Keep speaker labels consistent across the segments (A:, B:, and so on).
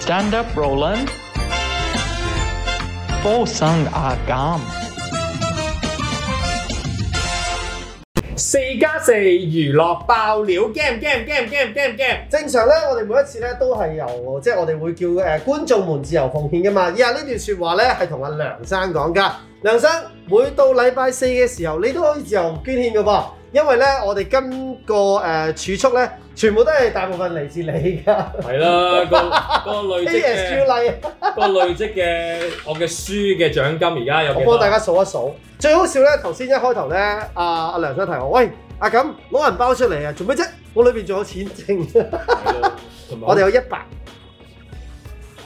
A: Stand up, Roland. Vô sung a gam.
B: 四加四娛樂爆料 game game game game game game，
C: 正常咧，我哋每一次咧都係由即係我哋會叫誒、呃、觀眾們自由奉獻噶嘛。以下呢段説話咧係同阿梁生講噶。梁生每到禮拜四嘅時候，你都可以自由捐獻噶噃，因為咧我哋今個誒、呃、儲蓄咧全部都係大部分嚟自你噶。
B: 係啦，個個累
C: A
B: 積
C: S U
B: 嘅
C: 例，
B: 個累積嘅我嘅書嘅獎金而家有
C: 我
B: 幾
C: 幫
B: 多
C: 大？家數一數。最好笑咧，頭先一開頭咧，阿、阿梁生提我，喂阿錦攞銀包出嚟啊，做咩啫？我裏邊仲有錢剩，
B: 係咯同埋
C: 我哋有一百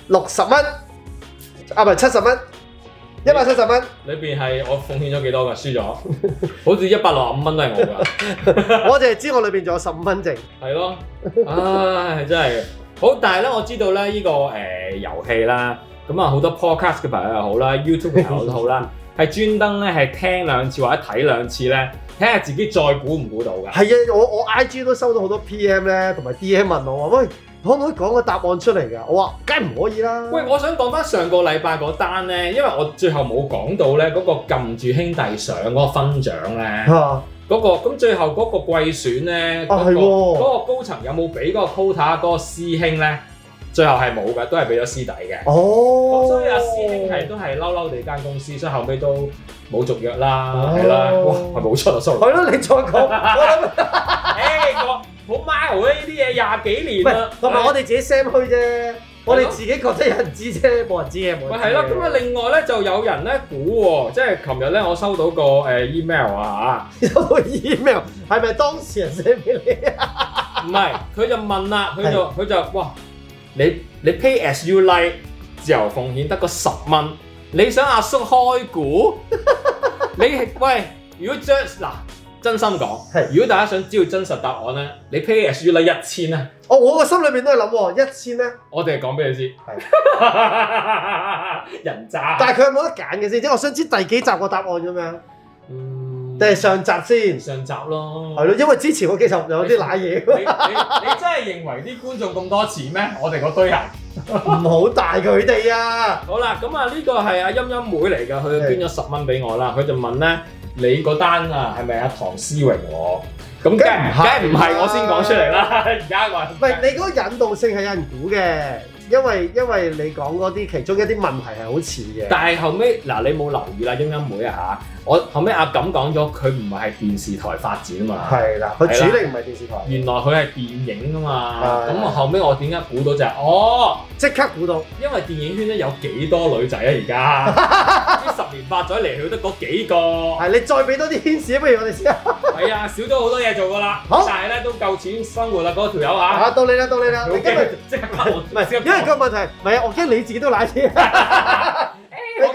C: 六十蚊，啊唔係七十蚊，一百七十 蚊。
B: 裏邊係我奉獻咗幾多㗎？輸咗，好似一百六十五蚊都係我㗎。
C: 我淨係知我裏邊仲有十五蚊剩，
B: 係咯， 唉，真係好。但係咧，我知道咧，呢、個誒、呃、遊戲啦，咁啊好多 podcast 嘅朋友又好啦，YouTube 嘅朋 友都好啦，係專登咧係聽兩次或者睇兩次咧，睇下自己再估唔估到㗎。
C: 係啊！我我 I G 都收到好多 P M 咧，同埋 D M 問我話：喂，可唔可以講個答案出嚟㗎？我話：梗係唔可以啦。
B: 喂，我想講翻上個禮拜嗰單咧，因為我最後冇講到咧嗰、個撳住兄弟上嗰個分獎咧，
C: 嚇啊
B: 嗰、個咁最後嗰個季選咧，嗰、
C: 係
B: 個嗰
C: 喎，
B: 個高層有冇俾嗰個 quota 嗰個師兄咧？最後係冇㗎，都係俾咗師弟嘅。
C: 哦，
B: 所以阿師兄係都係嬲嬲地間公司，所以後尾都冇續約啦，
C: 哦
B: 係啦，哇，係冇出啊，sorry。
C: 係咯，你再 講，我諗
B: 誒，個好 mile 呢啲嘢廿幾
C: 唔
B: 年啦
C: 係，，同埋我哋自己 sam 虛啫，我哋自己覺得有人知啫，冇人知嘅，冇人知嘅。
B: 喂係啦，咁啊，另外咧就有人咧估喎，即係琴日咧我收到個誒 email 啊
C: 收到 email 係咪當事人 send 俾 你啊？
B: 嚇，唔係佢就問啦，佢就佢就哇，你你 pay as you like 自由奉獻得個十蚊，你想阿叔開 估？你喂，如果將嗱真心講
C: 係，
B: 如果大家想知道真實答案咧，你 pay as you like 一千咧，
C: 哦，我個心裏面都係諗喎，一千咧，
B: 我哋係講俾你知， 人渣。
C: 但係佢有冇得揀嘅先？即係我想知第幾集個答案咁樣，
B: 嗯
C: 定係上集先？
B: 上集咯。
C: 係咯，因為之前嗰幾集有啲賴嘢，
B: 你你你真係認為啲觀眾咁多錢咩？我哋嗰堆人。
C: 唔好大佢哋啊！
B: 好啦，咁啊呢個係阿音音妹嚟㗎，佢捐咗十蚊俾我啦。佢就問咧，你嗰單啊係咪阿唐思榮我？咁梗係
C: 梗
B: 梗
C: 係
B: 係
C: 唔係
B: 唔係我先講出嚟啦？ 而家我
C: 唔係你嗰個引導性係有人估嘅，因為因為你講嗰啲其中一啲問題係好似嘅，
B: 但係後尾嗱，你冇留意啦，英音妹啊嚇，我後尾阿錦講咗，佢唔係電視台發展啊嘛，
C: 係啦，佢主力唔係電視台，
B: 原來佢係電影啊嘛，
C: 係
B: 咁我後尾我點解估到就係、哦，
C: 即刻估到，
B: 因為電影圈咧有幾多女仔啊而家， 呢十年八載嚟去都嗰幾個，
C: 係你再俾多啲牽示，不如 我哋先
B: 係啊，少咗好多嘢做噶啦，
C: 好
B: 但係咧都夠錢生活啦，嗰條友嚇，
C: 啊，到你啦，到你啦，
B: 佢
C: 你
B: 好
C: 今
B: 驚
C: 日
B: 即刻我
C: 唔係因為個問題，唔係啊，我驚你自己都 賴嘢，你講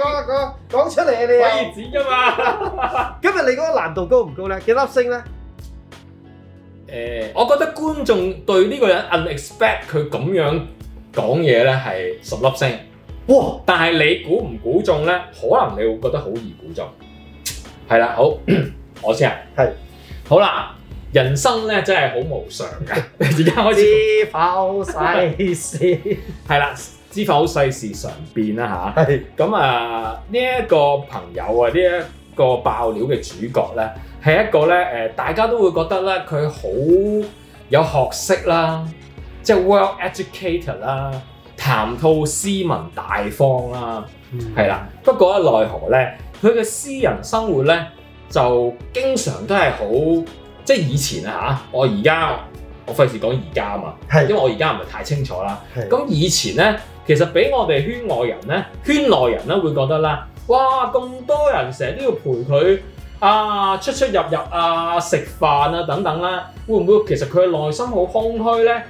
C: 啊講啊講出嚟啊你
B: 可
C: 啊
B: 以剪㗎嘛，
C: 今日你嗰個難度高唔高咧？幾粒星咧？
B: 誒、我覺得觀眾對呢個人 unexpect 佢咁樣講嘢咧係十粒星。
C: 哇！
B: 但係你估唔估中咧？可能你會覺得好易估中。係啦， 好，我先啊。
C: 係。
B: 好啦，人生咧真係好無常嘅。 而家開始
C: 知否世事
B: 係啦，知否世事常變啦
C: 係
B: 吓，咁啊，呢、一個朋友啊，呢、一個爆料嘅主角咧，係一個咧誒、呃大家都會覺得咧佢好有學識啦，即係 well educated 啦，談吐斯文大方啦。係啦，不過咧，奈何咧，佢嘅私人生活咧就經常都係好，即係以前啊嚇，我而家我費事講而家啊嘛，因為
C: 係
B: 我而家唔係太清楚啦。
C: 係
B: 咁以前咧，其實俾我哋圈外人咧，圈內人咧會覺得啦，哇咁多人成日都要陪佢啊出出入入啊食飯啊等等啦，會唔會其實佢嘅內心好空虛咧？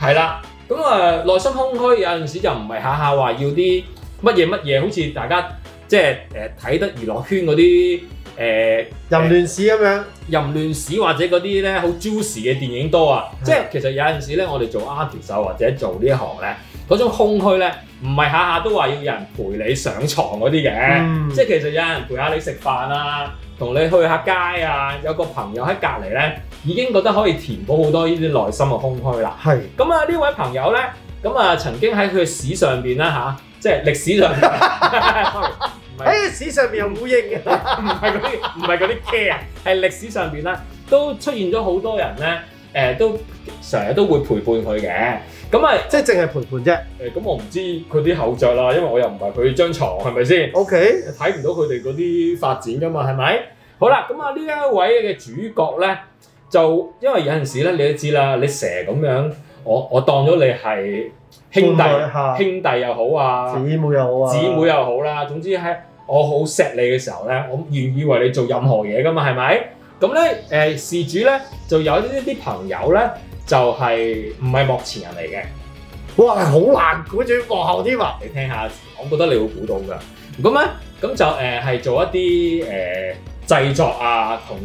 B: 係啦，咁啊內心空虛有陣時就唔係下下話要啲乜嘢乜嘢，好似大家即係誒睇得娛樂圈嗰啲誒
C: 淫亂史咁樣，
B: 淫亂史或者嗰啲咧好 juicy 嘅電影多啊，
C: 係
B: 即係其實有陣時咧，我哋做 artist 啊或者做呢一行咧，嗰種空虛咧，唔係下下都話要有人陪你上床嗰啲嘅，
C: 嗯
B: 即係其實有人陪下你食飯啊，同你去下街啊，有個朋友喺隔離咧，已經覺得可以填補好多呢啲內心嘅空虛啦。
C: 係
B: 咁啊，呢位朋友咧咁啊，曾經喺佢嘅史上邊啦吓，即係歷史上邊，sorry，唔係
C: 喺史上面有冇應嘅？
B: 唔係嗰啲唔係嗰啲 care，係歷史上邊咧都出現咗好多人咧，誒、都成日都會陪伴佢嘅。咁啊
C: 即係淨係陪伴啫。
B: 誒，咁、我唔知佢啲後着啦，因為我又唔係佢張床，係咪 先？
C: OK，
B: 睇唔到佢哋嗰啲發展噶嘛，係咪？好啦，咁啊呢一位嘅主角咧，就因為有陣時咧，你都知啦，你成日咁樣，我我當咗你係兄弟
C: 伴侶
B: 兄弟又好啊，
C: 姊妹又好啊，
B: 姊妹又好啦，總之喺我好錫你嘅時候咧，我願意為你做任何嘢噶嘛，係咪？咁咧誒事主咧就有呢啲朋友咧，就係唔係幕前人嚟嘅。
C: 哇，好難估住幕後添啊！
B: 你聽下，我覺得你會估到㗎。咁咧，咁就誒係、做一啲誒、呃、製作啊，同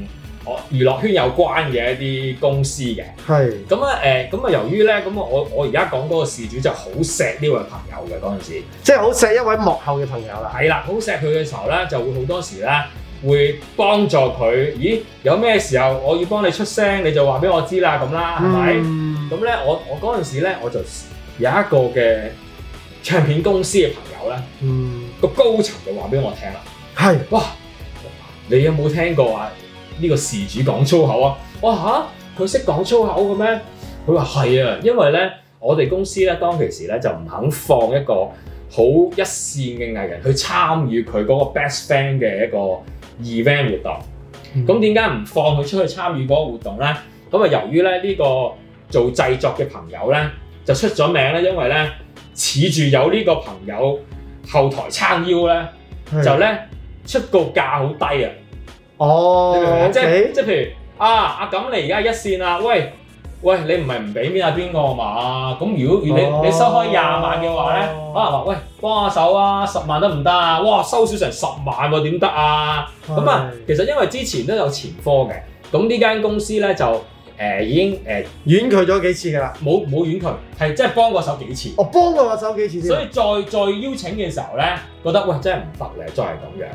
B: 我娛樂圈有關嘅一啲公司嘅。
C: 係
B: 咁啊誒，咁啊由於咧，咁我我而家講嗰個事主就好錫呢位朋友嘅嗰陣時，
C: 即係好錫一位幕後嘅朋友啦。
B: 係啦，好錫佢嘅時候咧，就會好多時咧會幫助佢。咦，有咩時候我要幫你出聲，你就話俾我知啦，咁啦，係咪？
C: 嗯
B: 咁咧，我我嗰陣時咧，我就有一個嘅唱片公司嘅朋友咧。
C: 嗯，
B: 個高層就話俾我聽啦，
C: 係
B: 哇！你有冇聽過啊？呢個事主講粗口啊？哇吓，佢識講粗口嘅咩？佢話係啊，因為咧，我哋公司咧當其時咧就唔肯放一個好一線嘅藝人去參與佢嗰個 best friend 嘅一個 event 活動。咁點解唔放佢出去參與嗰個活動咧？咁啊，由於咧呢個做製作嘅朋友咧就出咗名咧，因為咧恃住有呢個朋友後台撐腰咧。
C: 嗯係
B: 就咧出個價好低啊！你明唔明
C: 哦
B: 啊即係
C: ，OK，
B: 即係譬如啊，阿錦你而家一線啦，喂喂，你唔係唔俾面啊邊個嘛？咁如果如你
C: 哦
B: 你收開廿萬嘅話咧，可能話喂幫下手啊，十萬得唔得啊？哇，收少成十萬喎，點得啊？咁啊，其實因為之前都有前科嘅，咁呢間公司咧就誒、呃已經誒
C: 遠佢咗幾次㗎啦。
B: 冇冇婉拒，係真係幫過手幾次。
C: 我幫過我手幾次
B: 所
C: 先。
B: 以再再邀請嘅時候咧，覺得喂真係唔得咧，真係咁樣，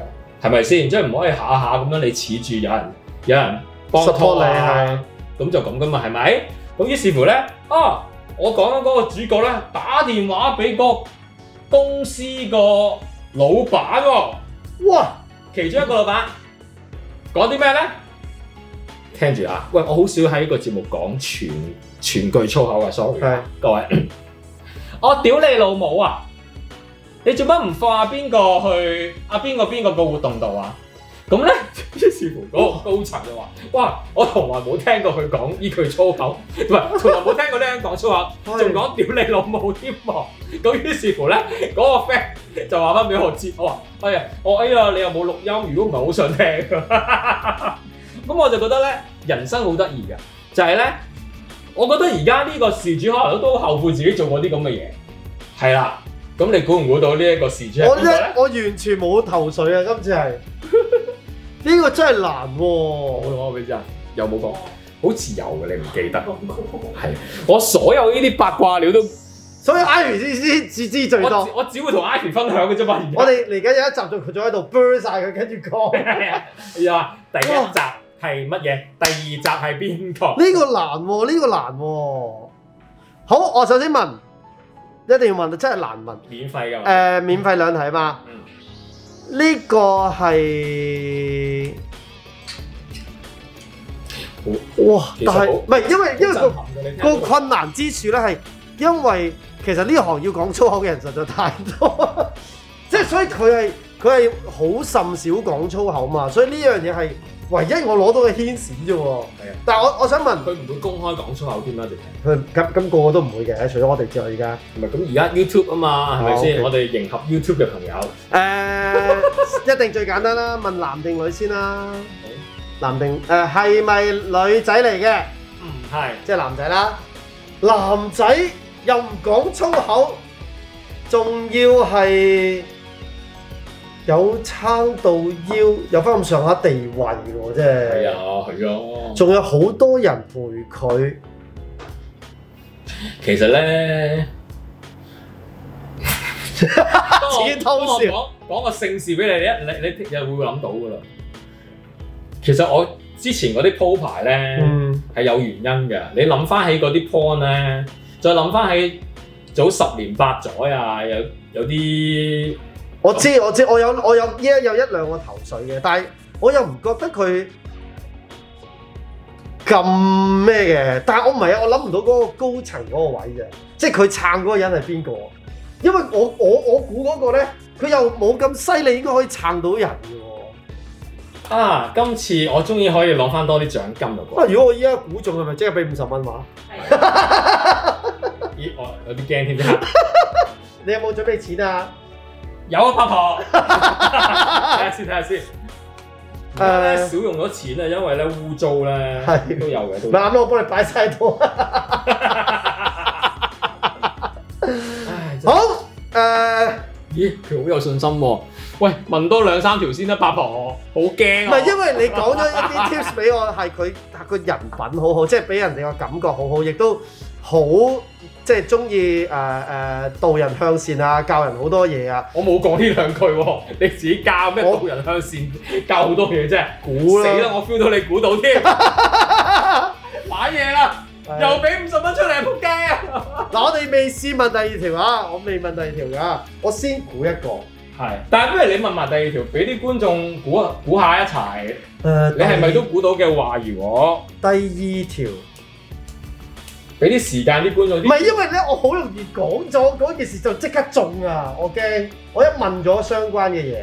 B: 係咪先？即係唔可以下下咁樣你恃住有人有人幫
C: Support
B: 拖啊，咁就咁噶嘛，係咪？咁於是乎咧，啊，我講緊嗰個主角咧打電話俾個公司個老闆喎、
C: 哇，
B: 其中一個老闆講啲咩咧？聽住啊！喂，我好少喺個節目講全全句粗口嘅，sorry 啊各位。 我屌你老母啊！你做乜唔放阿邊個去阿邊個邊個個活動度啊？咁咧， 於是乎嗰個高層就話：，哇！我從來冇聽過佢講呢句粗口，唔係從來冇聽過呢人講粗口。仲講屌你老母添喎！咁於是乎咧，嗰、個 friend 就話翻俾我知，我話：哎呀，我哎呀，你又冇錄音，如果唔係好想聽。咁我就覺得咧，人生好得意嘅，就係、咧，我覺得而家呢個事主可能都好後悔自己做過啲咁嘅嘢。係啦，咁你估唔估到呢一個事主係
C: 我
B: 邊個
C: 真
B: 咧？
C: 我完全冇頭緒啊！今次係 呢個真係難喎。
B: 我俾你知啊，有冇講？好似有嘅，你唔記得。係，我所有呢啲八卦料都，
C: 所以 Ivy 先先自知最
B: 我
C: 多
B: 只。我只會同 Ivy 分享嘅啫嘛。而家
C: 我哋嚟緊有一集仲佢仲喺度 burn 晒佢，跟住講呢
B: 係啊，係啊第一集係乜嘢？第二集係邊個？
C: 個難喎，呢個難喎。好，我首先問，一定要問，真係難問。
B: 免費㗎
C: 誒、
B: 嘛？
C: 免費兩題嘛？
B: 嗯
C: 呢個係
B: 好
C: 哇，
B: 其實
C: 但係
B: 好
C: 唔係因為因
B: 好震
C: 為個
B: 撼㗎你聽到
C: 個困難之處咧係因為其實呢行要講粗口嘅人實在太多， 即係所以佢係佢係好甚少講粗口嘛，所以呢樣嘢係唯一我攞到嘅牽線啫喎
B: 係啊。
C: 但係我我想問，
B: 佢唔會公開講粗口添啦，直情
C: 佢咁咁個個都唔會嘅，除咗我哋之外，而家
B: 唔係咁而家 YouTube 啊嘛，係咪
C: 啊，OK
B: 先？我哋迎合 YouTube 嘅朋友，
C: 誒一定最簡單啦，問男定女先啦。男定誒係咪女仔嚟嘅？
B: 唔係
C: 即係男仔啦，男仔又唔講粗口，仲要係有撐到腰，有翻咁上下地位喎，即
B: 係
C: 係。
B: 啊係啊。
C: 仲有好多人陪佢，
B: 其實咧，
C: 自己偷
B: 當
C: 笑
B: 我講講個姓氏俾你，你一你你又會諗到㗎啦。其實我之前嗰啲鋪排咧。
C: 嗯，
B: 係有原因嘅。你諗翻起嗰啲 point 咧，再諗翻起，早十年八載啊，有有啲
C: 我知我知，我有我有依家有一兩個頭緒嘅，但係我又唔覺得佢咁咩嘅。但係我唔係啊，我諗唔到嗰個高層嗰個位啫，即係佢撐嗰個人係邊個？因為我我我估嗰個咧，佢又冇咁犀利，應該可以撐到人嘅喎。
B: 啊，今次我終於可以攞翻多啲獎金啦
C: 啊！
B: 喎！
C: 如果我依家估中係咪即係俾五十蚊話？
D: 係
B: 咦，我有啲驚添 啫。
C: 你有冇準備錢啊？
B: 有啊，八 婆，睇下先，睇下先。
C: 呃
B: 而家咧少用咗錢啊，因為咧污糟咧
C: 係
B: 都有嘅，都
C: 咪
B: 有。
C: 啱咯，我幫你擺晒喺度。啊
B: 唉真係
C: 好誒、呃
B: 咦，佢好有信心喎。喂，問多兩三條先啦，八婆，好驚
C: 唔
B: 啊
C: 係，因為你講 咗一啲 tips 俾我，係佢個人品好好，即係俾人哋個感覺好好，亦都好即係中意誒誒導人向善啊，教人好多嘢啊，
B: 我冇講呢兩句喎，你自己教咩
C: 我
B: 導人向善，教好多嘢啫。
C: 估
B: 死啦！
C: 啦，
B: 我 feel 到你估到 添，玩嘢啦，又俾五十蚊出嚟，仆街啊！
C: 嗱，我哋未試問第二條啊，我未問第二條㗎，我先估一個。
B: 係，但係不如你問埋第二條，俾啲觀眾估下估下一齊，
C: 誒
B: 你係咪都估到嘅話，如果
C: 第二條？
B: 俾啲時間啲觀眾
C: 唔
B: 啲，
C: 係因為咧，我好容易講咗嗰件事就即刻中啊！我驚我一問咗相關嘅嘢，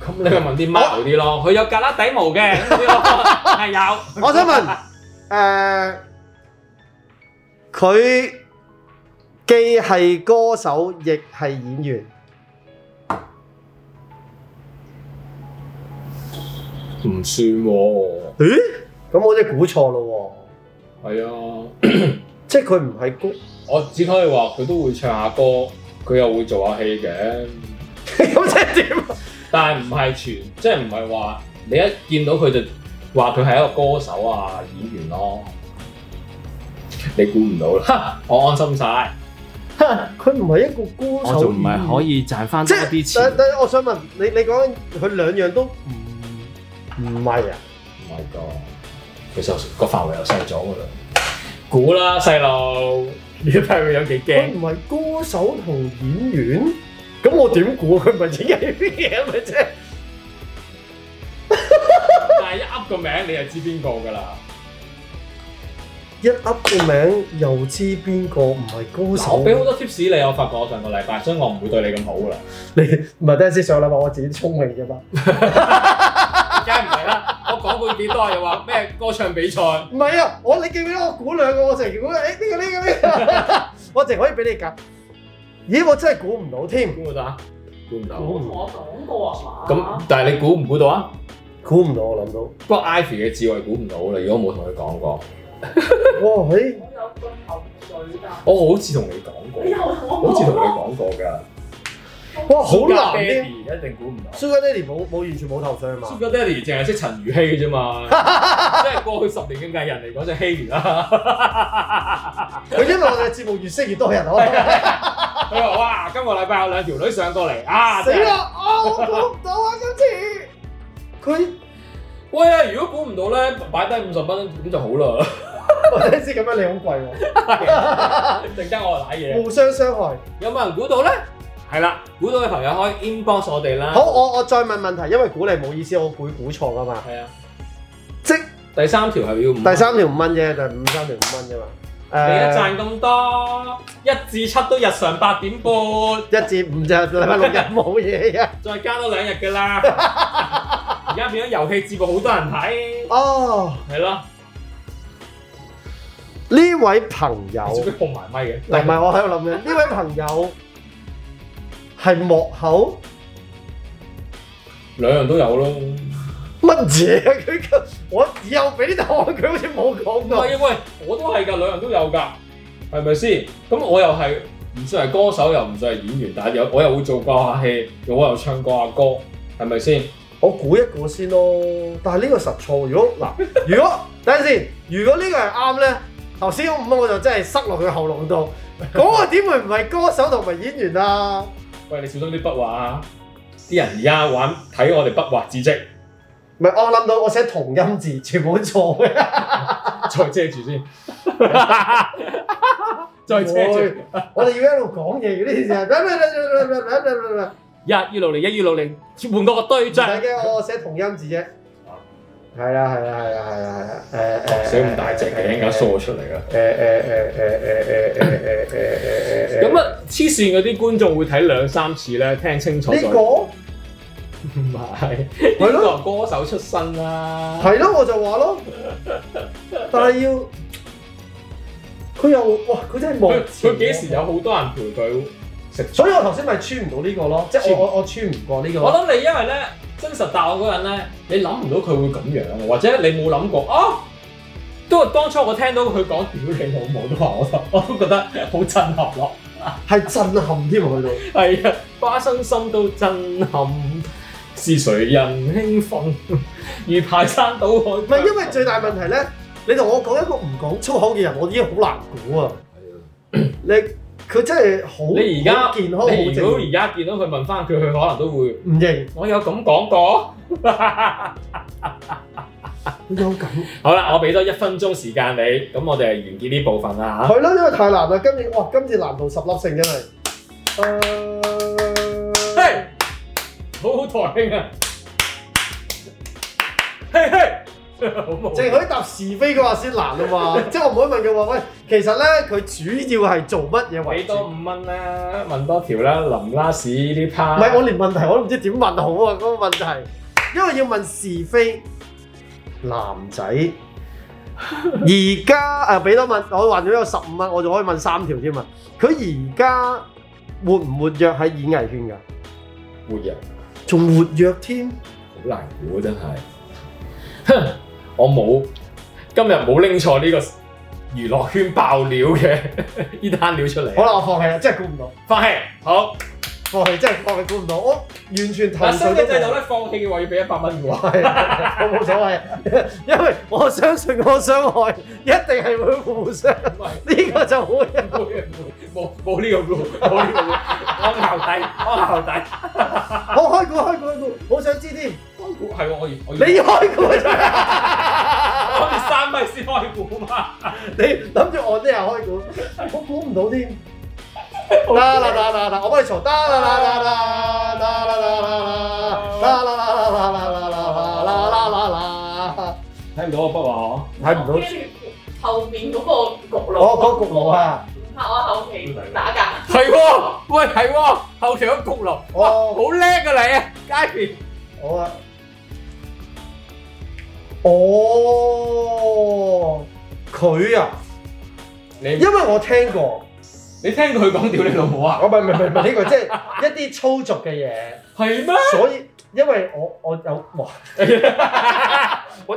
B: 咁你咪問啲 model 啲咯，佢有格拉底毛嘅，咁啲咯係啊有。
C: 我想問誒，佢、既係歌手，亦係演員，
B: 唔算喎，
C: 咦？咁我真係估錯咯
B: 係啊，
C: 喎！即係佢唔係 歌，
B: 我只可以話佢都會唱下歌，佢又會做下戲嘅，
C: 咁即係點？
B: 但係唔係全，即係唔係話你一見到佢就話佢係一個歌手啊演員咯，你估唔到啦， 我安心晒。
C: 佢唔係一個歌手，以
B: 以賺翻
C: 即係等等，我想問你，你講緊佢兩樣都唔唔係啊？
B: 唔係個，其實個範圍又細咗噶啦。估啦，細路，你睇佢有幾
C: 佢
B: 驚？
C: 唔係歌手同演員，咁我點估佢唔係演係邊嘢咪啫？
B: 但係一噏個名，你就知邊個噶啦。
C: 一噏個名又知邊個唔係歌
B: 嗱
C: 手？
B: 我俾好多 tips 你，我發覺我上個禮拜，所以我唔會對你咁好噶 啦。
C: 你唔係等陣先上禮拜我自己聰明啫嘛。
B: 梗係唔係啦？我講過幾多又話咩歌唱比賽，
C: 唔係啊，我你記唔記得我估兩個，我成日估誒哎呢個呢個呢個， 我淨可以俾你揀。咦，我真係估唔到添，
B: 估唔到啊？估唔到。
C: 估唔
D: 我講過啊嘛
B: 咁，但係你估唔估到啊？
C: 估唔到我諗到。
B: 不過 Ivy 嘅智慧估唔到啦，如果冇同佢講過，
C: 哇，嘿，
D: 我有個頭緒㗎，
B: 我好似同你講過
D: 你，又我
B: 好似同
D: 講
B: 你講過㗎。
C: 哇，好難
B: 爹
C: 啲。
B: 哋一定估唔到。
C: Sugar Daddy 冇冇完全冇頭緒啊嘛？
B: Sugar Daddy 淨係識陳如希嘅啫 嘛，即係過去十年嘅藝人嚟講就希完啦。
C: 佢因為我哋嘅節目越識越多人啊。
B: 佢話：哇，今個禮拜有兩條女上過嚟啊！
C: 死
B: 真係！
C: 啦！啊，我估唔到啊，今次佢。
B: 喂啊，如果估唔到咧，擺低五十蚊咁就好啦。
C: 我第一次咁樣你好 貴
B: 陣間我賴
C: 喎，
B: 嘢，
C: 互相傷害。
B: 有冇人估到咧？係啦，估到嘅朋友可以 inbox 我哋啦。
C: 好，，我我再問問題，因為估你冇意思，我估估錯噶嘛。
B: 係啊，
C: 即
B: 第三條係要五。
C: 第三條五蚊啫，就係五三條五蚊啫嘛。
B: 你一
C: 誒、
B: 賺咁多，一至七都日常八點半，
C: 一至五就禮拜六日冇 嘢嘅。
B: 再加多兩日㗎 啦。而家變咗遊戲節目，好多人睇，
C: 哦，
B: 係咯。
C: 呢位朋友，
B: 做
C: 唔
B: 咩碰埋咪嘅？
C: 係我喺度諗嘅，呢位朋友係幕後
B: 兩樣都有咯。
C: 乜嘢？佢個我有俾啲答案，佢好似冇講
B: 唔
C: 過。
B: 係喂，我都係㗎，兩樣都有㗎，係咪先？咁我又係唔算係歌手，又唔算係演員，但係有我又會做過下戲，我又唱過下歌，係咪先？
C: 我估一估先咯，但係呢個實錯。如果 嗱，如果等陣先，如果呢個係啱咧，頭先嗰五蚊我就真係塞落佢喉嚨度。嗰個點會唔係歌手同埋演員啊？
B: 喂，你小心啲筆畫啊！啲人而家玩睇我哋筆畫字跡，
C: 唔係我諗到，我寫同音字，全部都錯嘅。
B: 再遮住先。 再車住
C: 我哋要一路講嘢，呢啲就係。
B: 一於六零，一於六零，換個對
C: 唔使
B: 象。
C: 嘅，我寫同音字啫。係啦，係啦，係啦，係啦，係啦。誒誒，
B: 寫咁大隻嘅，一陣間梳出嚟啊㗎。
C: 誒誒誒誒誒誒誒誒誒誒誒
B: 咁啊，黐線嗰啲觀眾會睇兩三次咧，聽清楚再。
C: 呢個
B: 唔係，呢
C: 係
B: 個
C: 咯
B: 係歌手出身啦。
C: 係咯，我就話咯，但係要佢又哇，佢真係望
B: 佢佢幾時有好多人陪佢食飯？
C: 所以我頭先咪穿唔到呢個咯，即係
B: 穿唔
C: 我我我穿唔過呢個
B: 我
C: 咯。
B: 諗你因為咧真實大學嗰陣咧，你諗唔到佢會咁樣，或者你冇諗過啊。都係當初我聽到佢講屌你老母都話我都，我都覺得好震撼咯。
C: 係震撼添喎，去到
B: 係啊，花生心都震撼，是誰人興奮？如排山倒海。唔
C: 唔係因為最大問題咧，你同我講一個唔講粗口嘅人，我已經好難估啊！你佢真係好
B: 你而家
C: 好健康好
B: 你如果
C: 正，
B: 而家見到佢問翻佢，佢可能都會，
C: 唔認
B: 我有咁講過。
C: 佢有咁。
B: 好啦，我俾多一分鐘時間你，咁我哋係完結呢部分啦嚇。
C: 係咯，因為太難啦。今次哇，今次難度十粒勝真係。誒、
B: 嘿，好好台慶啊！嘿嘿，好冇。
C: 淨係可以答是非嘅話先難啊嘛。即係我唔可以問佢話喂，其實咧佢主要係做乜嘢為
B: 俾
C: 主？
B: 多五蚊啦，問多條啦，林拉屎呢 part。
C: 唔係我連問題我都唔知點問好啊！嗰、個問題，因為要問是非。男仔而家誒俾多問，我還咗有十五蚊，我就可以問三條添啊！佢而家活唔活躍喺演藝圈㗎？
B: 活人。
C: 仲活躍添？
B: 好難估真係。哼我冇今日冇拎錯呢個娛樂圈爆料嘅呢單料出
C: 好
B: 嚟。
C: 啦，我放棄啦，真係估唔到。
B: 放棄，好。
C: 放棄真係放棄估唔到，我完全投
B: 但新
C: 訴
B: 嘅
C: 都
B: 制度
C: 冇。
B: 咧，放棄嘅話要俾一百蚊嘅喎。
C: 係啊 我冇所謂，因為我相信我傷害一定係會互相，呢、
B: 唔係
C: 個就會。
B: 冇冇冇呢個 rule，冇呢個 rule。我牛底，我牛底。
C: 我開估開估開估，好想知添。
B: 係喎，我要我
C: 你
B: 要
C: 開估啫，
B: 我要三米先開估嘛。
C: 你諗住我啲人開估，我估唔到添。得啦啦啦啦，我幫你嘈。得啦啦啦啦啦啦啦啦啦啦啦啦啦啦啦啦啦啦，
B: 睇唔到我筆畫，
C: 睇唔到。
D: 後面嗰個焗爐，
C: 我嗰局冇啊！
D: 拍我後期打架，
B: 係喎，喂係喎，後場焗落，哇，
C: 哦
B: 好叻㗎你啊，佳琪。
C: 好啊。哦，佢啊，
B: 你
C: 因為我聽過，
B: 你聽過佢講屌你老母啊？
C: 我唔係唔係唔係呢個，即係一啲粗俗嘅嘢，
B: 係咩？
C: 所以因為我我有哇，我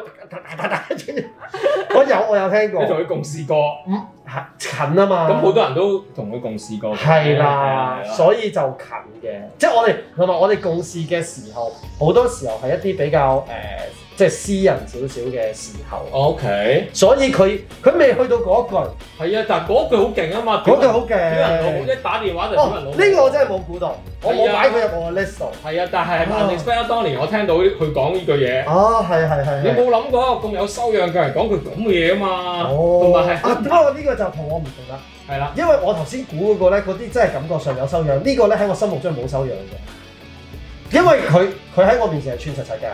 C: 我有我有聽
B: 你同
C: 過，
B: 佢共事過，
C: 唔係近啊嘛，
B: 咁好多人都同佢共事過。
C: 係啦，
B: 係
C: 所以就近嘅，即係我哋同埋我哋共事嘅時候，好多時候係一啲比較誒、呃即係私人少少嘅時候。
B: OK，
C: 所以佢佢未去到嗰一句，
B: 係啊，但係嗰句好勁啊嘛，
C: 嗰句好
B: 屌人老母，
C: 嘅。
B: 一打電話就屌
C: 哦
B: 人老，母。
C: 呢個我真係冇估到，我
B: 係
C: 冇
B: 啊
C: 擺佢入我嘅 list 度。
B: 係啊，但係 unexpected 當年我聽到佢講呢句嘢，
C: 啊，哦係係係
B: 你
C: 係。
B: 冇諗過咁有修養嘅人講佢咁嘅嘢啊嘛，同
C: 哦，
B: 埋
C: 啊，
B: 係
C: 不過呢個就同我唔同啦，
B: 係啦，
C: 因為我頭先估嗰個咧，嗰啲真係感覺上有修養，呢個咧喺我心目中係冇修養嘅，因為佢佢喺我面前係串實實嘅，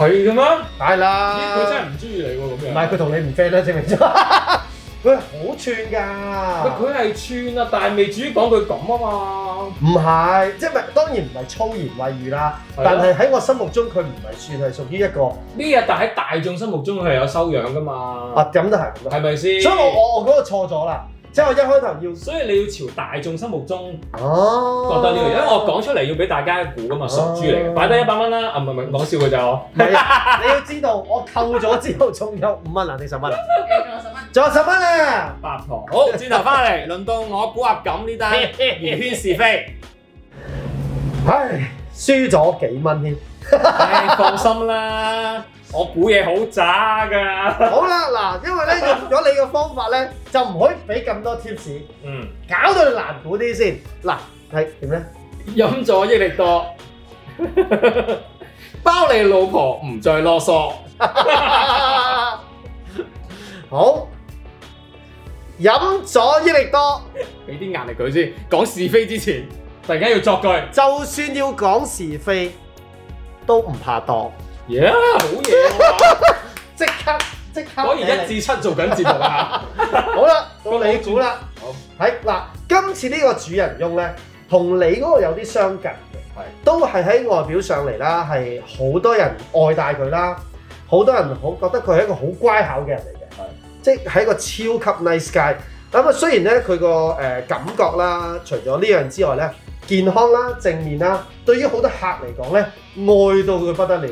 B: 係嘅咩？咦
C: 係啦
B: 佢真係唔中意你喎咁樣。
C: 啊唔係佢同你唔 friend 啦，證明咗， 佢好串㗎。
B: 佢係串啊，但係未至於講佢咁啊嘛。
C: 唔係，即係咪當然唔係粗言穢語啦，
B: 係啊
C: 但係喺我心目中佢唔係算係屬於一個
B: 呢日但喺大眾心目中佢係有修養噶嘛，
C: 啊咁都係咁都係
B: 係咪先？
C: 所以我我我嗰個錯咗啦，即係我一開頭要
B: 所以你要朝大眾心目中
C: 哦
B: 覺得呢個，因為我講出嚟要俾大家估噶嘛，傻豬嚟嘅，
C: 哦
B: 擺低一百蚊啦，啊唔係唔係講笑嘅咋我，
C: 唔係啊你要知道我扣咗之後仲有五蚊啊定十蚊啊，
D: 仲有十蚊。
C: 仲有十蚊啊！
B: 八婆。好，轉頭翻嚟，輪到我估下咁呢單圓圈是非。
C: 唉，輸咗幾蚊添。
B: 唉，放心啦，我估嘢好渣㗎。
C: 好啦，嗱，因為咧用咗你嘅方法咧，就唔可以俾咁多 tips，
B: 嗯，
C: 搞到你難估啲先。嗱，係點咧？
B: 飲咗益力多， 包你老婆唔再囉嗦。
C: 好，飲咗益力多，
B: 俾啲壓力佢先。講是非之前，突然間要作句
C: 就算要講是非，都唔怕當。
B: ，yeah 好嘢 喎！
C: 即刻即刻
B: 果然一
C: 字。
B: 至七做緊節目啊！
C: 好啦，到你估啦。
B: 好，
C: 喺嗱，今次呢個主人翁咧，同你嗰個有啲相近嘅，
B: 係
C: 都係喺外表上嚟啦，係好多人愛戴佢啦，好多人好覺得佢係一個好乖巧嘅人嚟嘅
B: 係，
C: 即係一個超級 nice guy。咁啊，雖然咧佢個誒感覺啦，除咗呢樣之外咧，健康啦、正面啦，對於好多客嚟講咧，愛到佢不得了，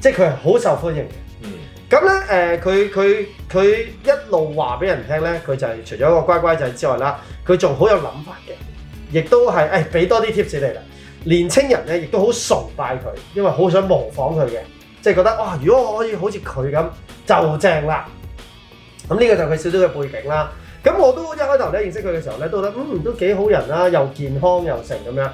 C: 即係佢係好受歡迎嘅。
B: 嗯，
C: 咁咧誒，佢佢佢一路話俾人聽咧，佢就係除咗一個乖乖仔之外啦，佢仲好有諗法嘅，亦都係誒俾多啲 tips 你啦。年青人咧亦都好崇拜佢，因為好想模仿佢嘅，即係覺得哇、啊如果我可以好似佢咁就正啦。咁呢個就係佢少少嘅背景啦。咁我都一開頭咧認識佢嘅時候咧，都覺得嗯都幾好人啦，又健康又成咁樣。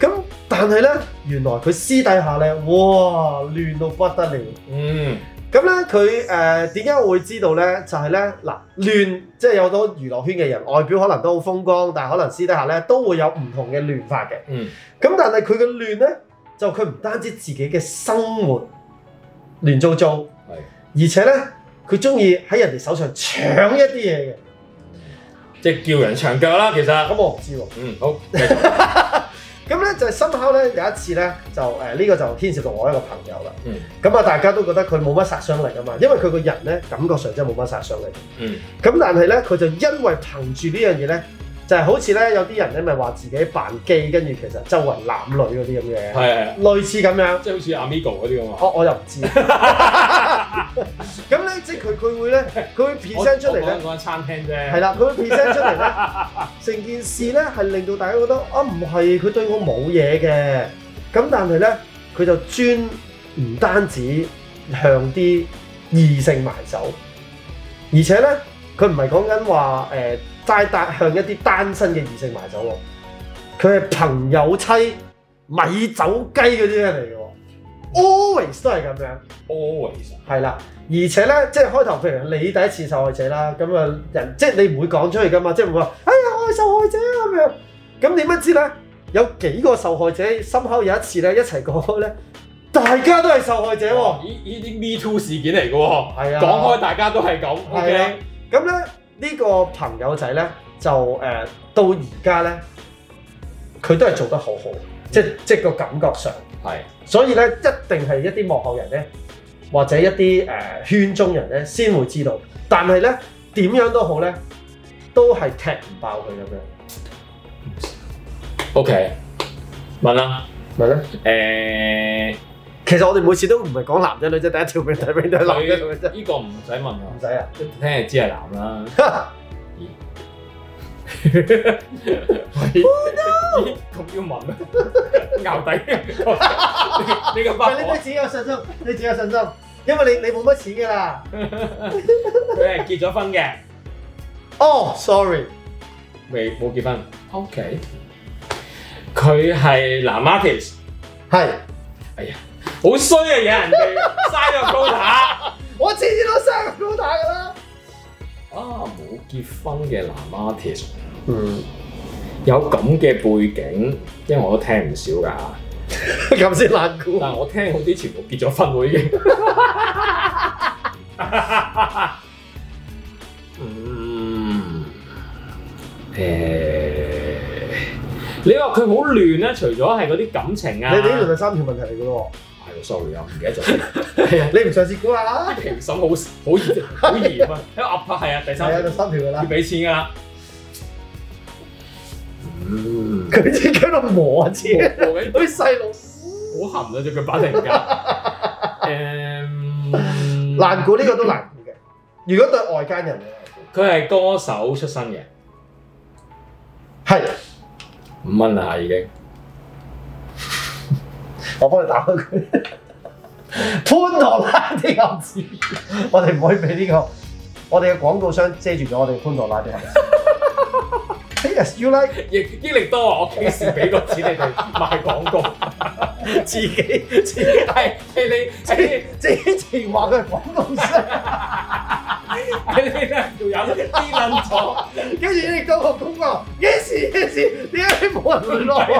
C: 咁但係咧，原來佢私底下咧，哇亂到不得了。
B: 嗯，
C: 咁咧，佢誒點解我會知道咧？就係咧，嗱，亂即係有好多娛樂圈嘅人，外表可能都好風光，但係可能私底下咧都會有唔同嘅亂法嘅。
B: 嗯，
C: 咁但係佢嘅亂咧，就佢唔單止自己嘅生活亂糟糟，
B: 係
C: 而且咧佢中意喺人哋手上搶一啲嘢嘅。
B: 即係叫人長腳啦，其實。
C: 咁我唔知喎。
B: 嗯，好，繼續
C: 咁咧就深口咧有一次咧就誒呢、個就牽涉到我一個朋友啦。
B: 嗯
C: 咁啊，大家都覺得佢冇乜殺傷力啊嘛，因為佢個人咧感覺上真係冇乜殺傷力。
B: 嗯，
C: 咁但係咧，佢就因為憑住呢樣嘢咧，就係、好似咧有啲人咧咪話自己扮基，跟住其實周圍攬女嗰啲咁
B: 係
C: 嘅，
B: 係，係
C: 類似咁樣。
B: 即係好似 Amigo 嗰啲咁啊。
C: 我我又唔知。咁咧，即係佢佢會咧，佢會 present 出
B: 我
C: 嚟咧
B: 我，講緊餐廳啫。
C: 係啦，佢會 present 出嚟咧，成件事咧係令到大家覺得啊，唔係佢對我冇嘢嘅。咁但係咧，佢就專唔單止向啲異性埋手，而且咧佢唔係講緊話誒齋單向一啲單身嘅異性埋手喎，佢係朋友妻、米酒雞嗰啲人嚟嘅喎，always 都係咁樣。
B: always 啊
C: 係啦，而且咧，即係開頭譬如你第一次受害者啦，咁啊人即係你唔會講出去噶嘛，即係唔會話哎呀我係受害者啊咁樣。咁點不知咧，有幾個受害者深口有一次咧一齊講開咧，大家都係受害者喎。
B: 呢呢哦啲 Me Too 事件嚟嘅喎，
C: 係啊
B: 講開大家都係咁
C: 係啊
B: ，OK，
C: 咁咧呢個朋友仔咧就誒、呃到而家咧，佢都係做得好好，即係即係個感覺上。
B: 係
C: 所以咧，一定係一啲幕後人咧，或者一啲誒、呃圈中人咧，先會知道。但係咧，點樣都好咧，都係踢唔爆佢咁樣，
B: OK，問啦，
C: 咪咧？
B: 誒，
C: 其實我哋每次都唔係講男仔女仔，第一條片第一片都係男仔女仔，
B: 呢個唔使問
C: 唔
B: 啊，
C: 使啊！
B: 一聽就知係男啦。
C: Oh
B: 咦咁要問啊？牛 底，你個八
C: 喂，你
B: 婆
C: 對自己有信心，你自己有信心，因為你你冇乜錢㗎啦。
B: 佢係結咗婚嘅，
C: 哦、s o r r y
B: 未冇結婚。OK，佢係男 artist。
C: 係，
B: 好衰啊！有人哋嘥咗高塔。
C: 我次次都生高大㗎啦。
B: 啊，冇結婚嘅男 artist
C: 嗯，
B: 有咁嘅背景，因為我都聽唔少㗎，
C: 咁先難估。
B: 但係我聽好啲全部結咗婚喎已經。 嗯，誒、你話佢好亂咧，除咗係嗰啲感情啊，
C: 你哋呢度第三條問題嚟㗎咯
B: 係喎，sorry 啊，唔記得咗，係啊，
C: 喎，你唔嘗試估下啊？
B: 評審好好嚴好 嚴啊，喺度噏啊，係啊，第
C: 係啊，
B: 三
C: 第。三條㗎啦
B: 要。俾錢㗎啦。嗯，
C: 佢自己喺度磨自己，好似細路。
B: 我好痕啊！只腳板突然 間。誒，
C: 難估呢個都難估嘅。如果對外間人嚟
B: 佢係歌手出身嘅，
C: 講，係
B: 五蚊啦已經。
C: 我幫你打開佢。 潘多拉啲盒子，我哋唔可以俾呢個，我哋嘅廣告商遮住咗我哋潘多拉啲盒子。Yes, you like
B: 益益力多啊！我幾時俾個錢你哋賣廣告？
C: 自己自己
B: 係係你係
C: 自己自己話佢係廣告商，
B: 你係你咧
E: 友啲撚咗，
C: 跟住你當我公話幾時幾時，點解冇人啊聯絡我？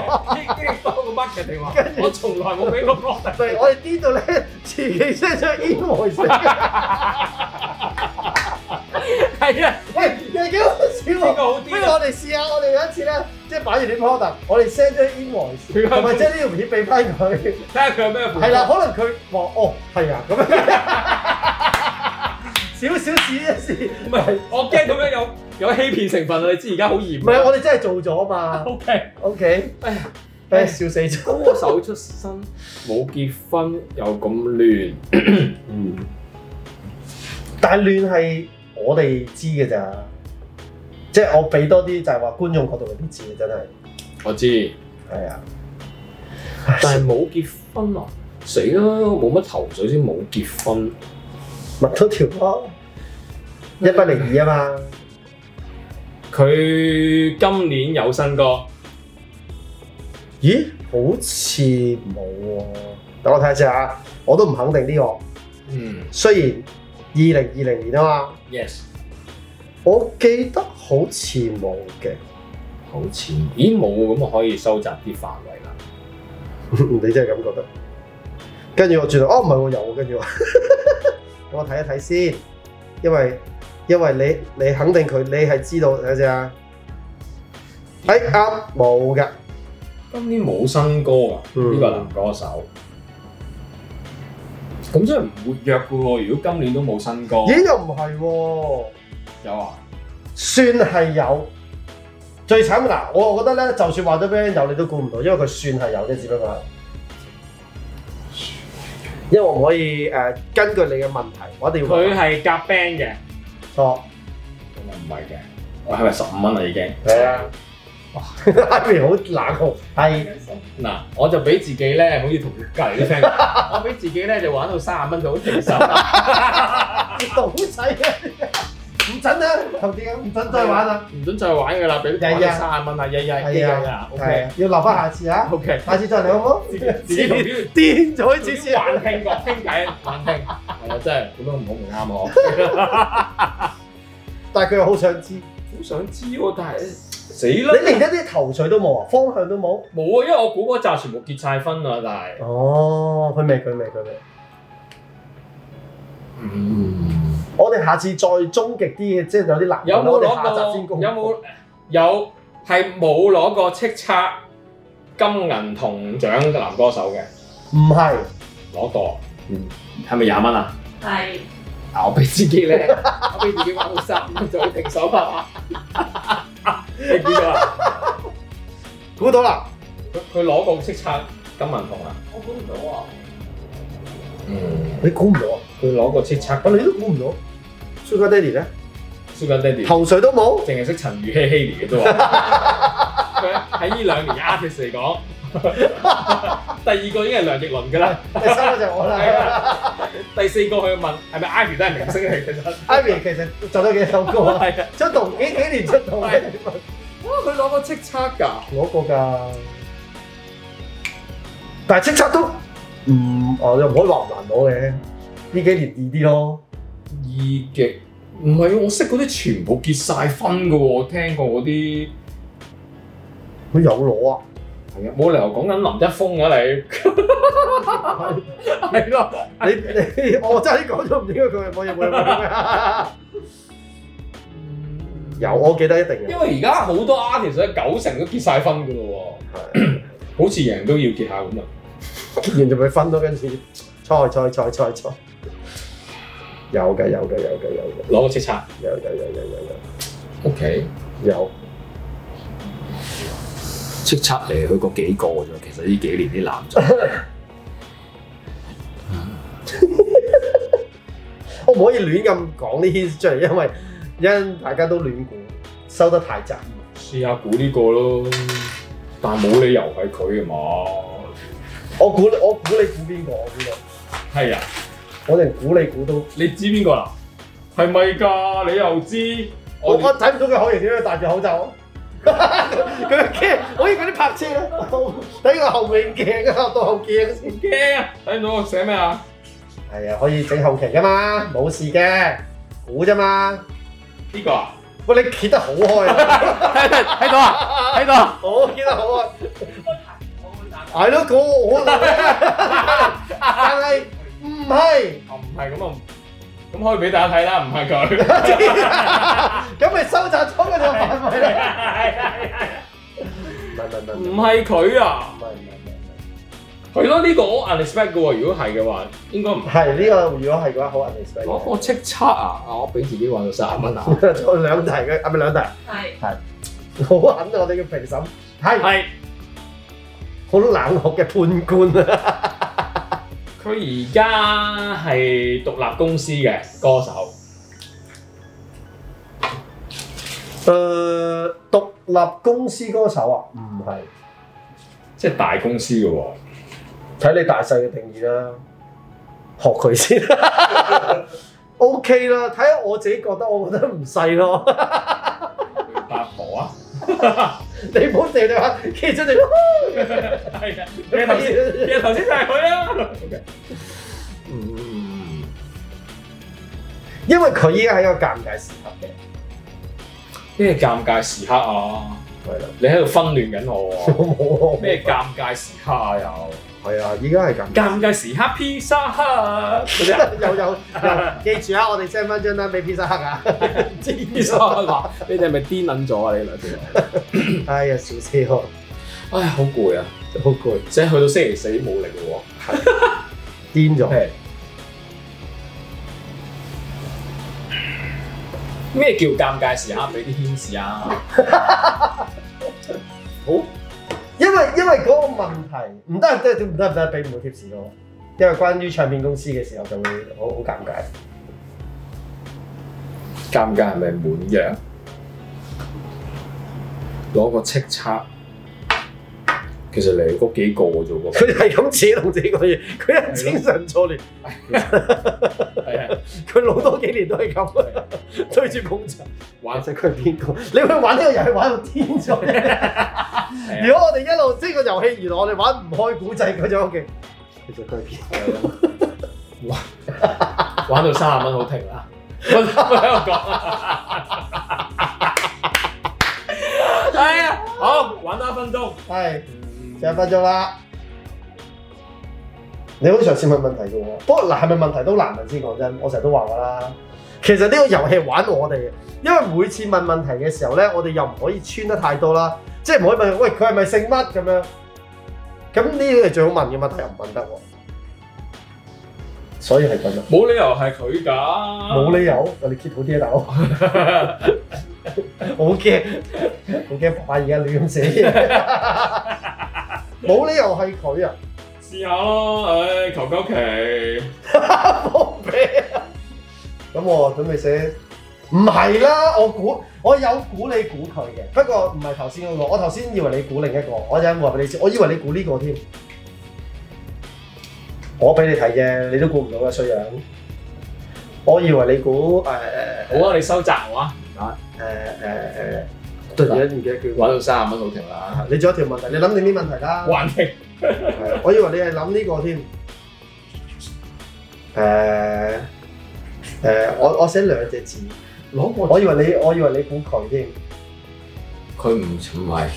B: 跟住幫個 marketing 話，我從來冇俾過 p r o d
C: 唔係，我哋呢度咧自己 send 張 invoice。
B: 係啊，
C: 喂，你幾好笑
B: 呢
C: 喎！
B: 個好
C: 不
B: 啲
C: 如
B: 啊！
C: 我哋試下，我哋有一次咧，即係擺完啲 product，我哋 send 張
B: 啊
C: invoice，同埋將呢條片俾翻佢。
B: 睇下佢有咩
C: 係啦，可能佢話哦，係啊，咁樣。 少少試一試，
B: 唔係，我驚咁樣有有欺騙成分啊！你知而家好嚴。
C: 唔係我哋真係做咗嘛
B: O K，
C: ？OK，
B: 哎呀，
C: 誒笑死咗。
B: 歌手出身，冇結婚又咁 亂，嗯，
C: 但係亂係我哋知嘅咋，即係我俾多啲就係話觀眾角度未必知嘅，真係
B: 我知，
C: 係啊。
B: 但係冇結婚啊，死啦！冇乜頭緒先冇結婚，
C: 密多條咯，一不零二啊嘛，
B: 佢今年有新歌，
C: 咦？好似冇喎，等我睇下先啊，我都唔肯定呢、個。
B: 嗯
C: 雖然二零二零年啊嘛，
B: ，yes，
C: 我記得好似冇嘅，
B: 好似，咦冇咁我可以收窄啲範圍啦。
C: 你真係咁覺得？跟住我轉頭，哦唔係喎有喎，跟住我， 等我睇一睇先，因為因為你你肯定佢，你係知道睇下先啊。哎啱冇㗎，
B: 今年冇新歌啊，
C: 嗯
B: 呢個男歌手。咁真係唔活躍嘅喎，如果今年都冇新歌，
C: 咦又唔係喎。
B: 有啊，
C: 算係有。最慘嗱，我我覺得咧，就算話咗俾你有，你都估唔到，因為佢算係有啫，只不過係。因為我唔可以誒、呃根據你嘅問題，我一定要哦
B: 佢係夾 band 嘅，
C: 錯。
B: 咁啊唔係嘅，我係咪十五蚊啦已經？
C: 係啊。Ivy 好冷酷，係
B: 嗱，我就俾自己咧，好似同隔離啲 friend，我俾 自己咧就玩到三十蚊就好停手 啦。
C: 賭仔啊！唔準啦，頭先啊咁唔準再玩啦。
B: 唔准再玩㗎啦，俾
C: 日日
B: 玩到三十蚊啦，日日日日啊
C: 係
B: ，OK
C: 啊，要留翻下次啊，
B: OK，
C: 下次再嚟好唔好？
B: 自己自己同啲
C: 癲咗
B: 自己玩傾過傾偈玩傾，係啊，真係咁樣唔好唔啱我。
C: 但係佢又好想知，你
B: 好想知喎，但係死啦！
C: 連一啲頭緒都冇啊，方向都冇。
B: 冇啊，因為我估嗰扎全部結晒婚啦，但係
C: 哦，佢未，佢未，佢未。
B: 嗯，
C: 我哋下次再終極啲嘅，即係有啲難
B: 有
C: 度
B: 冇
C: 啦。我哋下集
B: 攞
C: 先
B: 過？
C: 公佈
B: 有冇有係冇攞過叱咤金銀銅獎嘅男歌手嘅
C: 唔係，
B: 攞過？嗯，係咪廿蚊啊？
D: 係
B: 嗱，我俾自己咧，我俾自己玩到三蚊就停手 啦。你估到啊？
C: 估到啦。
B: 佢佢攞過叱咤金銀銅啊？
D: 我估唔到喎。
B: 嗯，
C: 你估唔到啊？
B: 佢攞過叱咤
C: 我哋都估唔到。Sugar Daddy 咧，
B: Sugar Daddy。
C: 頭緒都冇。
B: 淨係識陳宇希 Haley 嘅啫 喎。佢喺呢兩年 artist 嚟講， 第二個已經係梁奕倫㗎啦，
C: 第三個就我
B: 係
C: 啦。
B: 啊。 第四個佢問係咪 Ivy 都係明星嚟其實
C: Ivy 其實做咗幾首歌啊，
B: 係啊，
C: 出道幾幾年出道嘅，
B: 哇！佢攞個叱咤㗎，
C: 攞過㗎。但係叱咤都唔，我又唔可以話唔難攞嘅。呢幾年易啲咯。
B: 二極唔係喎我識嗰啲全部結晒婚㗎喎，我聽過嗰啲
C: 佢有攞啊？
B: 係啊，冇理由講緊林一峰㗎你， 係咯，
C: 你你我真係講咗唔應該佢冇嘢冇嘢冇嘢。有，我記得一定
B: 因
C: 有。
B: 為而家好多 artist 咧九成都結晒婚㗎咯喎，好似贏都要結下咁啊。
C: 結完就咪分咯，跟住猜猜猜猜猜。有嘅有嘅有嘅有嘅
B: 攞個叱咤
C: 有有有有有
B: ，OK。
C: 有有。
E: 叱咤嚟去過幾個啫，其實呢幾年啲男仔。
C: 我唔可以亂咁講呢啲出嚟，因為因大家都亂估，收得太窄。
B: 試下估呢個咯，但冇理由係佢啊嘛。
C: 我估我估你估邊個？我估到，
B: 係啊，
C: 我哋估你估到。
B: 你知邊個啦？係咪㗎？你又知？
C: 我
B: 我哋
C: 我睇唔到佢口型點樣戴住口罩。佢 驚，好似嗰啲拍車咧，睇個後面鏡啊，到後鏡先。
B: 驚啊！睇唔到我寫咩啊？
C: 係啊，可以整後期噶嘛，冇事嘅，估啫嘛。
B: 呢個啊，
C: 喂，你揭得好開啊！
F: 睇睇睇到啊，睇到啊，
C: 好揭得好開，
D: 我會打
C: 係咯，嗰我我但係唔係，
B: 哦唔係咁啊，咁可以俾大家睇啦，唔係佢。
C: 咁咪收窄咗佢個範圍啦。唔係唔係
B: 唔係佢啊，
C: 唔係唔
B: 係咯，呢個我 unexpect 嘅喎。如果係嘅話，應該唔
C: 係，係呢個如果係嘅話，好 unexpected。
B: 我我叱咤啊！啊我俾自己玩到三十蚊啊！
C: 我兩題嘅，啊係咪兩題？
D: 係
C: 好狠啊！我哋嘅評審係
B: 係
C: 好冷酷嘅判官啊！
B: 佢而家係獨立公司嘅歌手，
C: 誒，獨立公司歌手啊？唔係，
B: 即係大公司嘅喎。
C: 睇你大細嘅定義啦。學佢先 ，OK 啦。睇下我自己覺得，我覺得唔細咯。
B: 八婆啊！
C: 你唔好地地話，其實你
B: 係啊， 你頭先你頭先就係佢啊。嗯，
C: 因為佢依家係一個尷尬時刻嘅，
B: 咩尷尬時刻啊？
C: 係啦，
B: 你喺度紛亂緊我 喎。
C: 我冇
B: 咩尷尬時刻啊？又
C: 係啊，依家係尷
B: 尷尬時刻披薩克嗰啲啊
C: 尬，有有有，記住啊！我哋 send 翻張單俾 Pizza 黑啊！
B: 醫生話：你哋係咪癲撚咗啊？你兩條友，
C: 哎呀，小四我
B: 唉，好攰啊！
C: 好攰，
B: 即係去到星期四冇力喎。
C: 癲咗。
B: 係咩叫尷尬時刻俾啲牽示 啊？
C: 因為因為嗰個問題唔得唔得唔得唔得，俾唔到貼士我。因為關於唱片公司嘅時候就會好好尷尬。
B: 尷尬係咪滿樣？攞個叱咤，其實你嗰幾個啫喎。
C: 佢係咁自己同自己講嘢，佢係精神錯亂，
B: 係啊，
C: 佢老多幾年都係咁，
B: à.
C: 對住捧場。
B: 玩
C: 即係佢係邊個？你會玩呢個遊戲玩到癲咗如果我哋一路即係個遊戲，原來我哋玩唔開古仔嗰種嘅，其實佢係邊
B: 玩玩到三十蚊好停啦！我我喺度講，係啊，好玩多一分鐘。
C: 個？係。成分鐘啦。你好嘗試問問題嘅喎，不過嗱係咪問題都難問先講真，我成日都話㗎啦。其實呢個遊戲玩我哋嘅，因為每次問問題嘅時候咧，我哋又唔可以穿得太多啦，即係唔可以問喂佢係咪姓乜咁樣。咁呢啲係最好問嘅問題又唔問得喎，所以係咁樣，
B: 冇理由係佢㗎，
C: 冇理由我哋揭好啲啊大佬， 我好驚，好驚爸爸而家亂咁寫嘢，冇理由係佢啊！
B: 試下咯，唉，求求其，
C: 冇俾啊！咁我準備寫，唔係啦，我估我有估你估佢嘅，不過唔係頭先嗰個，我頭先以為你估另一個，我有話俾你知，我以為你估呢個添，我俾你睇啫，你都估唔到嘅衰樣。我以為你估誒誒
B: 好啊，你收窄我啊，
C: 誒誒誒，突然間唔記得叫，
B: 玩到三十蚊好停啦，
C: 你仲有一條問題，你諗定啲問題啦。
B: 還停，
C: 係啊我以為你係諗呢個添。誒、誒、我我寫兩隻字，
B: 攞我
C: 我以為你，我以為你估佢添，唔
E: 佢唔唔係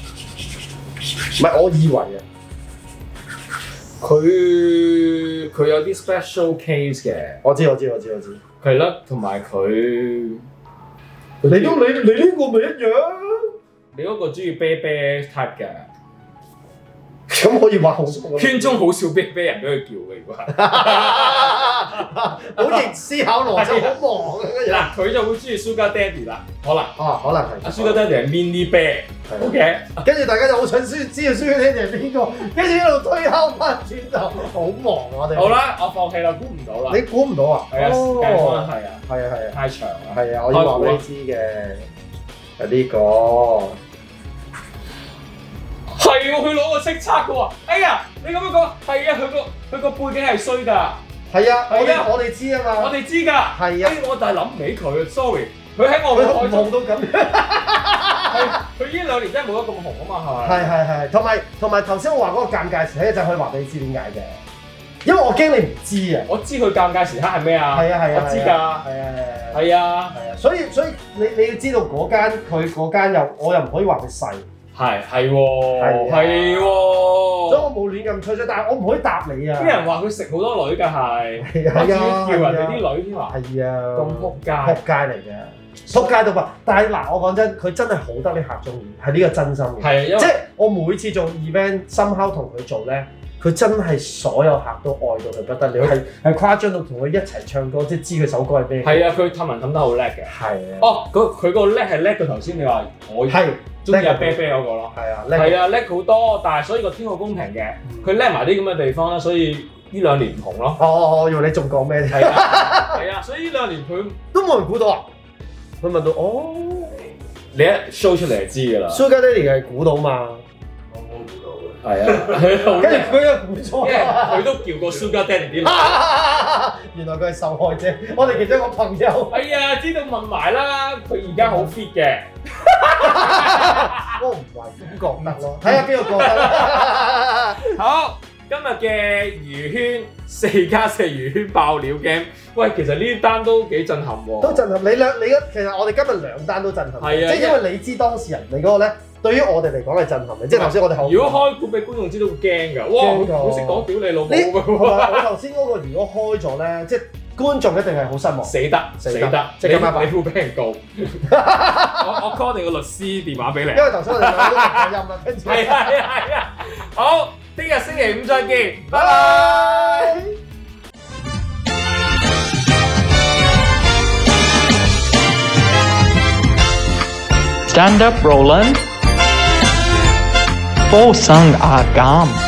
C: 係我以為啊，
B: 佢佢有啲 special case 嘅，
C: 我知我知我知我知，
B: 係啦，同埋佢
C: 你都你你呢個咪一樣，
B: 你嗰個中意啤啤 type 嘅。
C: 咁可以話好熟啊
B: 圈中好少俾俾人俾佢叫嘅，如果係
C: 好型思考邏輯好忙啊嗰 人
B: 嗱，佢就會中意 Sugar Daddy 啦，可能
C: 啊，可
B: 阿
C: 能
B: Sugar
C: 係
B: Daddy 係 mini bear，OK，、
C: 係啊。跟住大家就好想知知道輸呢隻係邊個，跟住一路推敲翻轉頭，好忙啊我哋。
B: 好，啦，我放棄啦，估唔到啦，
C: 你估唔到啊？
B: 係啊，時間關係啊，
C: 係啊係啊。
B: 太長啦，
C: 係啊，我要話俾你知嘅，有呢個
B: 係喎，佢攞個色測嘅喎，哎呀，你咁樣講，係啊，佢個佢個背景係衰㗎，
C: 係啊，我
B: 係啊
C: 哋我哋知啊
B: 我
C: 嘛，
B: 哋知㗎，係
C: 係啊，
B: 我但係諗唔起佢啊，sorry，佢喺我
C: 佢
B: 嘅
C: 都
B: 海
C: 唔
B: 中，
C: 紅到咁樣，
B: 係佢呢兩年真係冇得咁紅啊嘛，係咪？
C: 係係係，同埋同埋頭先我話嗰個尷尬時刻就可以話俾你知點解嘅，因為我驚你唔知啊。
B: 我知佢尷尬時刻係咩啊？
C: 係啊係啊，
B: 我知
C: 係啊
B: 㗎。
C: 係啊係啊係啊。
B: 係啊，
C: 係啊，所以所以你你要知道嗰間佢嗰間又我又唔可以話佢細，
B: 係係喎，
C: 係啊
B: 係
C: 所以
B: 喎。
C: 我冇亂咁吹水，但係我唔可以答你啊。
B: 啲人話佢食好多女㗎係，
C: 係
B: 我
C: 啊，
B: 仲要叫人哋
C: 係啊
B: 啲女添話
C: 係啊，
B: 咁撲
C: 撲
B: 街。
C: 街嚟嘅，撲街到爆！但係嗱，我講真，佢真係好得啲客中意，係呢個真心嘅。
B: 係因啊
C: 即
B: 為
C: 係我每次做 event，深烤同佢做咧，佢真係所有客都愛到佢不得了，係係誇張到同佢一齊唱歌，即係知佢首歌係咩。
B: 係啊，佢氹人氹得好叻嘅。
C: 係啊，
B: 哦，佢佢個叻係叻過頭先你話我
C: 係
B: 中意阿啤啤嗰個咯。
C: 係啊，叻
B: 係啊，叻好多，但係所以個天好公平嘅，佢叻埋啲咁嘅地方啦，所以呢兩年唔紅 咯。
C: 哦哦哦，要你仲講咩添？
B: 係啊，係啊，所以呢兩年佢
C: 都冇人估到啊！佢問到哦
B: 你一 show 出嚟就知㗎啦。
C: ，Sugar Daddy 係估到嘛？
E: 我冇估到嘅。
B: 係啊，好
C: 跟住
B: 叻。
C: 佢又估
B: 因
C: 咗
B: 為
C: 啊
B: 佢都叫過 Sugar Daddy 啲女。
C: 原來佢係受害者，我哋其中一個朋友，
B: 哎呀，知道問埋啦，佢而家好 fit 嘅，
C: 我唔係咁覺得咯，睇下邊個覺得 啦。
B: 好。今日嘅娛圈四加四娛圈爆料 game，喂，其實呢單都幾震撼喎。
C: 都震撼。你兩你嗰其實我哋今日兩單都震撼，
B: 係啊
C: 即係因為你知當事人你嗰個咧，對於我哋嚟講係震撼嘅。即係頭先我哋後
B: 如果開估俾觀眾知道會驚㗎，哇！
C: 驚㗎
B: 好識講屌你老母
C: 呢
B: 㗎
C: 同埋
B: 喎，
C: 我頭先嗰個如果開咗咧，即係觀眾一定係好失望。
B: 死得
C: 死
B: 死
C: 得
B: 得，
C: 即刻拜拜
B: 你你會俾人告。我 我 call 你個律師電話俾你。啊
C: 因為頭先我哋兩個都唔夠音啦，跟住
B: 係啊係啊係啊，好，聽日星期五再見，拜
C: 拜
B: 拜。
C: 拜。
A: Stand up, Roland. Posang agam.